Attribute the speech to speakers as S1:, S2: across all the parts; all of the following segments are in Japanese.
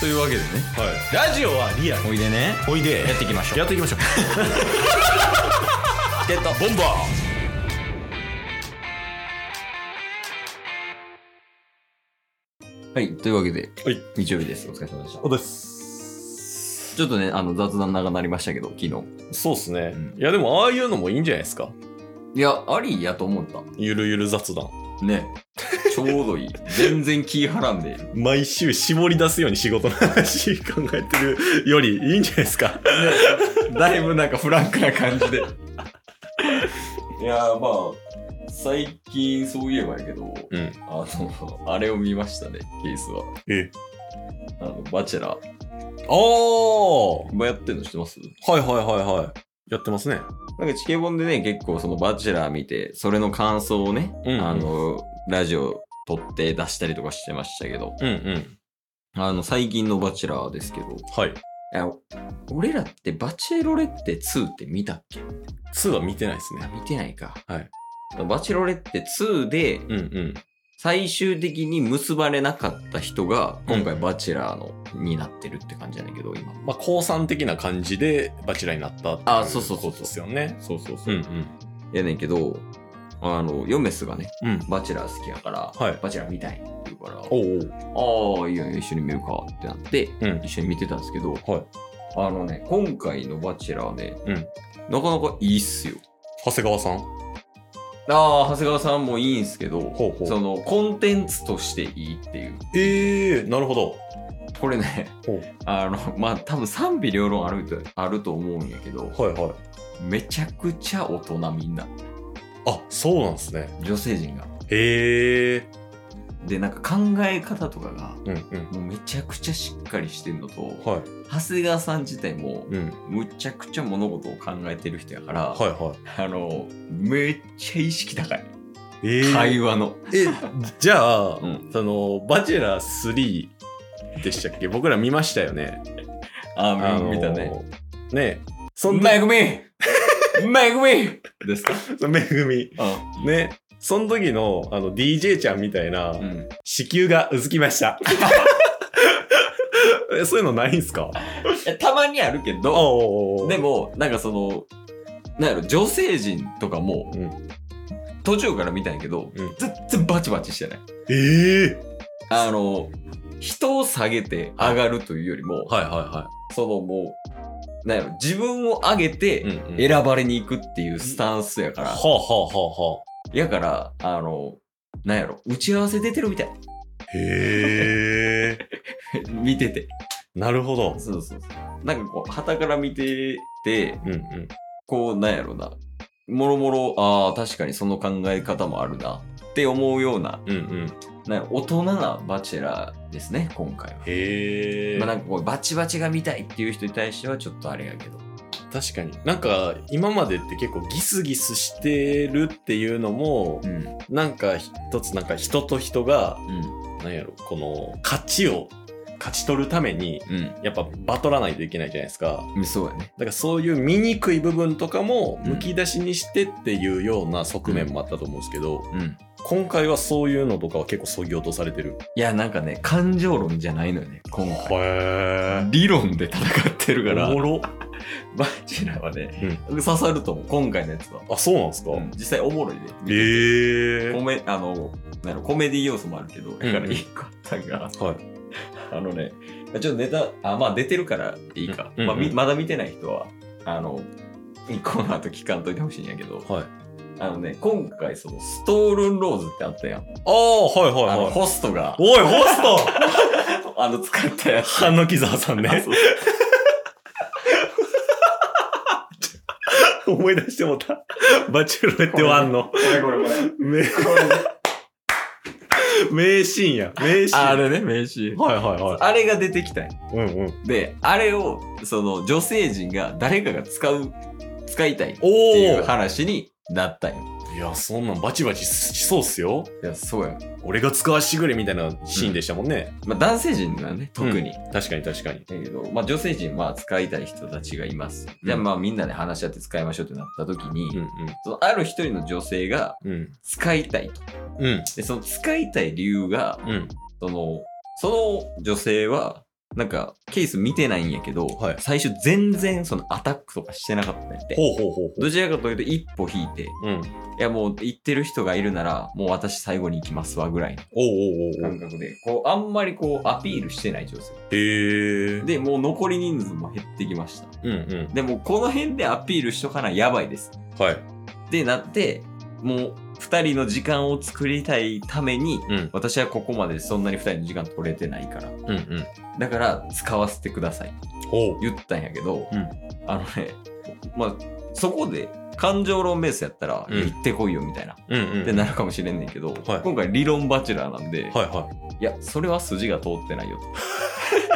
S1: というわけでね
S2: はい、ラジオはリアル
S1: おいでね
S2: おいで
S1: やっていきましょう
S2: やっていきましょう
S1: ゲットボンバーはい。というわけで、
S2: はい
S1: 日曜日です。お疲れ様でした。
S2: そうです
S1: ちょっとね、あの、雑談長なりましたけど、昨日。
S2: そうっすね、
S1: うん
S2: いやでもああいうのもいいんじゃないですか
S1: いや、ありやと思った。
S2: ゆるゆる雑談
S1: ね。ちょうどいい。全然気はらんで。
S2: 毎週絞り出すように仕事の話考えてるよりいいんじゃないですか
S1: だいぶなんかフランクな感じで。 いやー、まあ、最近そういえばやけど、
S2: うん
S1: あの、あれを見ましたね、ケースは。
S2: え
S1: あの、バチェラー。
S2: ああは
S1: 今やってんの知ってます
S2: いはいはいはいやってますね
S1: なんかチケボンでね、結構そのバチェラー見て、それの感想をね、
S2: うんうん
S1: あの、ラジオ撮って出したりとかしてましたけど、
S2: うんうん
S1: あの、最近のバチェラーですけど、い
S2: はい
S1: や、俺らってバチェロレッテ2って見たっけ
S2: 2は見てないです
S1: あ
S2: ね
S1: 見てないか。
S2: はい。
S1: バチェロレッテ2で、
S2: うんうん
S1: 最終的に結ばれなかった人が、今回
S2: うん
S1: バチェラーの、になってるって感じやねんけど、今。
S2: まあ高三的な感じでバチェラーになったってい
S1: あそうそうそうそう
S2: ことですよね
S1: そうそうそ
S2: うん
S1: う。
S2: うん
S1: やねんけど、あの、ヨメスがね、
S2: うん
S1: バチェラー好きやから、
S2: はい
S1: バチェラー見たいって言うから、
S2: おう
S1: ああ、いいよいいよ、一緒に見るかってなって、
S2: うん
S1: 一緒に見てたんですけど、
S2: おうはい
S1: あのね、今回のバチェラーね、
S2: うん
S1: なかなかいいっすよ。
S2: 長谷川さん
S1: ああ、長谷川さんもいいんすけど、
S2: ほうほう
S1: そのコンテンツとしていいっていう。
S2: ええー、なるほど
S1: これね
S2: ほう、
S1: あの、まあ、多分賛否両論あるとあると思うんやけど、
S2: はいはい
S1: めちゃくちゃ大人みんな、
S2: あそうなんですね
S1: 女性陣が。
S2: へえ
S1: で、なんか考え方とかが、
S2: うんうん
S1: もうめちゃくちゃしっかりしてんのと、
S2: はい
S1: 長谷川さん自体も、
S2: うん
S1: むちゃくちゃ物事を考えてる人やから、
S2: はいは
S1: あの、めっちゃ意識高い。
S2: いえー
S1: 会話の。
S2: えじゃあ、
S1: うん
S2: そのバチェラー3でしたっけ僕ら見ましたよね
S1: あ、
S2: あのー
S1: 見たね。
S2: ねそんな
S1: めぐみめぐみですか
S2: めぐみねその時のあの DJ ちゃんみたいな、
S1: うん。
S2: 子宮がうずきました えそういうのないんすか
S1: いやたまにあるけど、
S2: お
S1: で
S2: でも
S1: も、なんかその、なんやろ、女性陣とかも、
S2: うん
S1: 途中から見たんやけど、
S2: うん
S1: 全然バチバチしてない。
S2: ええ
S1: あの、人を下げて上がるというよりも、
S2: はいはいは
S1: そのもう、なんやろ、自分を上げて、
S2: うんうん
S1: 選ばれに行くっていうスタンスやか
S2: は
S1: ら
S2: あ、はあはあは
S1: やから、あの、なんやろ、打ち合わせ出てるみたい。
S2: あへえ
S1: 見てて。
S2: なるほど
S1: そうそうそう。なんかこう、旗から見てて、
S2: うんうん
S1: こう、なんやろな。もろもろ、ああ、確かにその考え方もあるな。って思うような、
S2: うんうん
S1: なんやろ大人なバチェラーですね、今回は。
S2: へえ、
S1: まあなんかこう、バチバチが見たいっていう人に対してはちょっとあれやけど。
S2: 確かになんか今までって結構ギスギスしてるっていうのも
S1: うん。
S2: なんか一つなんか人と人が
S1: うん。
S2: なんやろこの勝ちを勝ち取るためにやっぱバトらないといけないじゃないですか
S1: うん。そうやね。
S2: だからそういう醜い部分とかも
S1: うん
S2: むき出しにしてっていうような側面もあったと思うんですけど、
S1: うん。
S2: 今回はそういうのとかは結構そぎ落とされてる
S1: いや、なんかね、感情論じゃないのよね、今回。
S2: へ
S1: 理論で戦ってる
S2: え
S1: から
S2: おも。ろ
S1: バチェラーはね、刺さると思う、今回のやつは。
S2: あそうなんですか、
S1: うん実際おもろいで。
S2: え
S1: コメあのなんやろコメディ要素もあるけど、だから
S2: うん
S1: 一個あったんが、
S2: はい
S1: あのね、ちょっとネタ、あまあ出てるからいいか、
S2: うん
S1: まあみ
S2: うん
S1: まだ見てない人は、あの、この後聞かんといてほしいんやけど、
S2: はい
S1: あのね、今回そのストールンローズってあったやん。
S2: ああはいは
S1: あ
S2: い
S1: の、
S2: はい
S1: ホストが、
S2: おいホ スト
S1: あの、使ったやつ。
S2: 歯の木沢さん
S1: あ
S2: ね
S1: そう
S2: 思い出してもたバチェロレッテワンの
S1: これこれこれ。
S2: 名名シーンや名シーン
S1: あれね、名刺。
S2: はいはいは
S1: あれが出てきたんや
S2: いうんうん
S1: で、あれを、その、女性陣が誰かが使う、使いたいって
S2: お
S1: いう
S2: ー
S1: 話になったんよ。
S2: いやそんなんバチバチしそうっすよ
S1: いや、そうや。
S2: 俺が使わしてくれみたいなシーンでしたもんね、
S1: まあ、男性陣はね、特に。だ
S2: 確かに確かに
S1: けど、まあ、女性陣は使いたい人たちがいます。
S2: うん
S1: じゃあ、まあ、みんなで話し合って使いましょうってなった時に、
S2: うん
S1: そのある一人の女性が
S2: うんうん
S1: 使いたいと。
S2: うん
S1: で、その使いたい理由が、
S2: うん
S1: その、その女性は、なんか、ケース見てないんやけど、
S2: はい
S1: 最初全然そのアタックとかしてなかったんやって。
S2: ほうほうほうほ。
S1: どちらかというと一歩引いて、いう
S2: うん。
S1: やもう行ってる人がいるなら、もう私最後に行きますわぐらいの
S2: おうおうおう
S1: 感
S2: おう。
S1: 覚で、こう、あんまりこうアピールしてない状態。
S2: へえ。、
S1: で、もう残り人数も減ってきました。
S2: うんうん。
S1: でもこの辺でアピールしとかなやばいです。
S2: はい。
S1: ってなって、もう2人の時間を作りたいために、
S2: うん
S1: 私はここまでそんなに2人の時間取れてないから。
S2: うんうん。
S1: だから使わせてください。
S2: ほう。
S1: 言ったんやけど、
S2: うん
S1: あのね、まあ、そこで感情論ベースやったら、
S2: うん
S1: いや行ってこいよみたいな、
S2: うんうん。
S1: ってなるかもしれんねんけど、
S2: はい
S1: 今回理論バチェラーなんで、い、
S2: はいは
S1: や、それは筋が通ってないよと。
S2: い。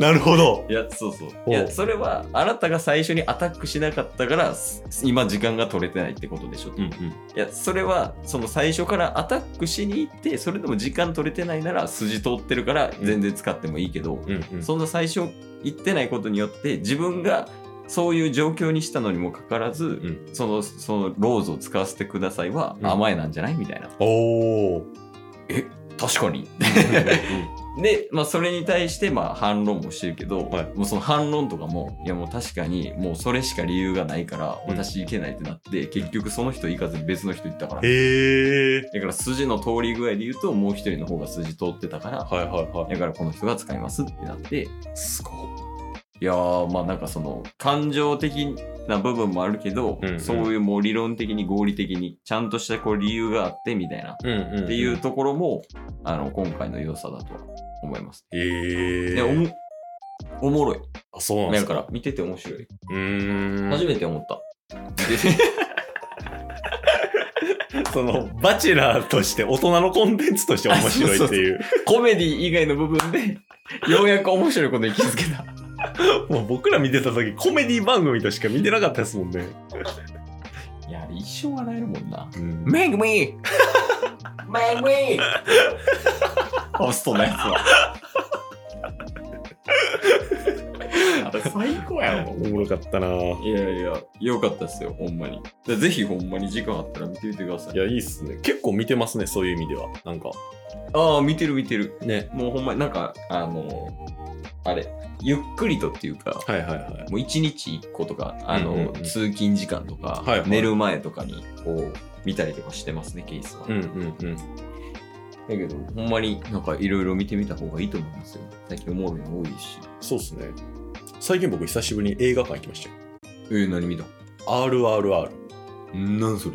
S2: なるほど。
S1: いや、そうそう。
S2: お
S1: いや、それはあなたが最初にアタックしなかったから、す今時間が取れてないってことでしょと。
S2: うんう
S1: い
S2: ん。
S1: や、それはその最初からアタックしに行って、それでも時間取れてないなら筋通ってるから全然使ってもいいけど、
S2: うんうん。
S1: そんな最初言ってないことによって自分がそういう状況にしたのにもかかわらず、
S2: ん
S1: そのそのローズを使わせてくださいは
S2: うん
S1: 甘えなんじゃないみたいな、
S2: おお。
S1: 確かにで、まあ、それに対してまあ反論もしてるけど、
S2: はい
S1: もうその反論とかもいやもう確かにもうそれしか理由がないから
S2: うん
S1: 私行けないってなって、結局その人行かずに別の人行ったから、
S2: へえ。
S1: だから筋の通り具合で言うともう一人の方が筋通ってたから、
S2: はいはいはい。
S1: だからこの人が使いますってなって
S2: すごい。
S1: いやーまあなんかその感情的な部分もあるけど、
S2: うんうん
S1: そういうもう理論的に合理的にちゃんとしたこう理由があってみたいなっ
S2: うんうん、
S1: ていう。ところも、あの今回の良さだと思います。
S2: へえ。
S1: でおもおもろい。
S2: あ、そうなんで
S1: だ
S2: す
S1: か
S2: か。
S1: ら見てて面白い。
S2: うーん。
S1: 初めて思った。
S2: その、バチェラーとして、大人のコンテンツとして面白いっていう。
S1: コメディ以外の部分でようやく面白いことに気づけた。
S2: もう僕ら見てた時、コメディ番組としか見てなかったですもんね。
S1: いやあれ一生笑えるもんな。
S2: うん、
S1: Make me! Make me! ホストのやつは。 あれ最高や
S2: おもろかったなぁ
S1: いやいや、よかったっすよ、ほんまに。でぜひほんまに時間あったら見てみてください。
S2: いや、いいっすね。結構見てますね、そういう意味では。なんか。
S1: ああ、見てる見てる。
S2: ね。
S1: もうほんまになんか、あのーあれ、ゆっくりとっていうか、
S2: はいはいはい。
S1: もう一日一個とか、あのー
S2: うんうんうん
S1: 通勤時間とか、
S2: はいはい
S1: 寝る前とかにこう見たりとかしてますね、ケースは。
S2: うんうんうん。
S1: だけど、ほんまになんかいろいろ見てみた方がいいと思いますよ。最近おもろいの多いし。
S2: そうっすね。最近僕、久しぶりに映画館行きましたよ。
S1: えー、何見た
S2: RRR。
S1: なんそれ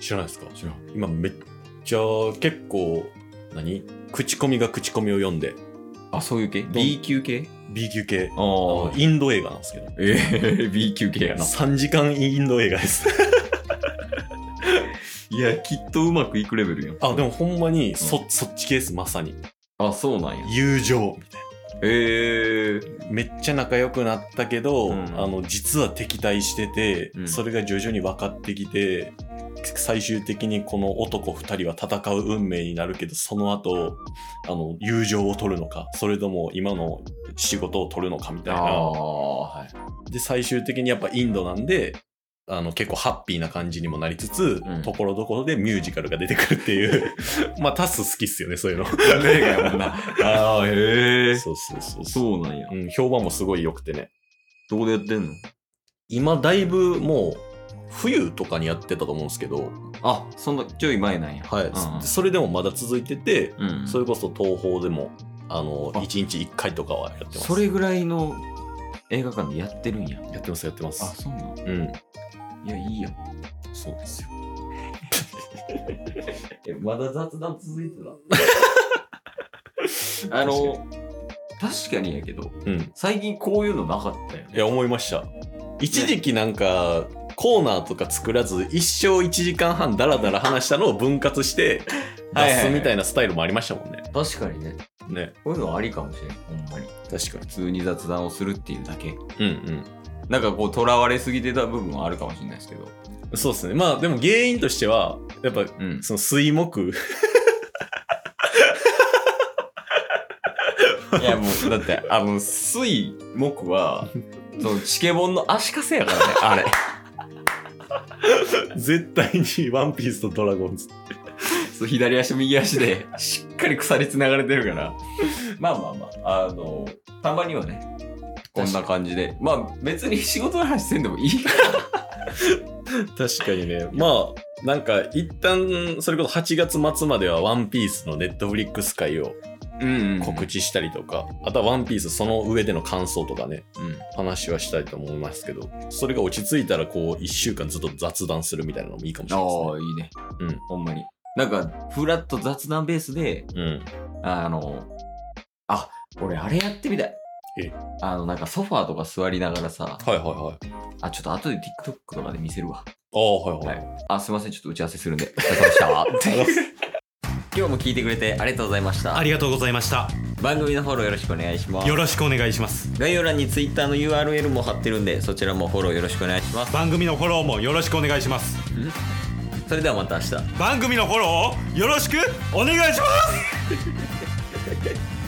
S2: 知らないですか
S1: 知らん。
S2: 今めっちゃ結構何口コミが口コミを読んで
S1: あ、そういう系
S2: ん
S1: ?B 級系
S2: B 級系
S1: あ
S2: あの
S1: あ。
S2: インド映画なんですけど
S1: えー、B 級系やな。
S2: 3時間インド映画です
S1: いや、きっとうまくいくレベルやん。
S2: あでもほんまにそ,、そっち系ですまさに
S1: あ、そうなんや。
S2: 友情みたい
S1: えー。
S2: なめっちゃ仲良くなったけど、
S1: うん
S2: あの実は敵対してて、
S1: うん
S2: それが徐々に分かってきて最終的にこの男2人は戦う運命になるけどその後あの友情を取るのかそれとも今の仕事を取るのかみたい
S1: あ
S2: な
S1: あ、はい。
S2: で最終的にやっぱインドなんであの結構ハッピーな感じにもなりつつ、
S1: うん
S2: ところどころでミュージカルが出てくるっていう まあタス好きっすよねそういう の
S1: 映画やもん な。ああ、へえ。
S2: そうそうそうそう、
S1: そうなんや。
S2: うん、評判もすごい良くてね
S1: どこでやってんの
S2: 今だいぶもう冬とかにやってたと思うんですけど、
S1: あ、そんな、ちょい前なんや。
S2: はいそれでもまだ続いてて、
S1: うんうん。うん。
S2: それこそ東宝でもあの
S1: あ
S2: 1日1回とかはやってます
S1: それぐらいの映画館でやってるんや。
S2: やってますやってま
S1: あ、
S2: す
S1: そうなん
S2: うん
S1: いや、いいやん。
S2: そうなんですよ
S1: えまだ雑談続いてた あの確かにやけど
S2: うん
S1: 最近こういうのなかったよ
S2: い
S1: ね
S2: や、思いました。一時期なんか、コーナーとか作らず、一生1時間半ダラダラ話したのを分割して
S1: はいはいは
S2: 出
S1: い
S2: すみたいなスタイルもありましたもんね。
S1: 確かにね
S2: ね。
S1: こういうのありかもしれんほんまに
S2: 確か
S1: 普通に雑談をするっていうだけ
S2: に。うん
S1: なんかこうとらわれすぎてた部分はあるかもしれないですけど
S2: うん。そうですね。まあ、でも原因としては、やっぱ、
S1: うん
S2: その水木。
S1: いやもうだってあの水木はそのチケボンの足かせやからねあれ
S2: 絶対にワンピースとドラゴンズ。
S1: そう左足右足でしっかり鎖つながれてるからまあまあまああのたまにはねこんな感じでまあ別に仕事の話せんでもいいから
S2: 確かにね。まあ、なんか、一旦、それこそ8月末まではワンピースのネットフリックス会を
S1: うん、
S2: 告知したりとか、あとはワンピースその上での感想とかね、話はしたいと思いますけど、それが落ち着いたら、こう、1週間ずっと雑談するみたいなのもいいかもしれないですね
S1: ああいいね
S2: うん
S1: ほんまになんかフラット雑談ベースで。
S2: うん。
S1: あのあ俺あれやってみたい
S2: え
S1: あのなんかソファーとか座りながらさ
S2: はいはいはい。
S1: あちょっと後で TikTok とかで見せるわ
S2: ああ、はいはい。
S1: あすいませんちょっと打ち合わせするんでお疲れ様でした わ今日も聞いてくれてありがとうございました
S3: ありがとうございました。
S1: 番組のフォローよろしくお願いします
S3: よろしくお願いします。
S1: 概要欄に Twitter の URL も貼ってるんでそちらもフォローよろしくお願いします
S3: 番組のフォローもよろしくお願いします。
S1: それではまた明日
S3: 番組のフォローをよろしくお願いします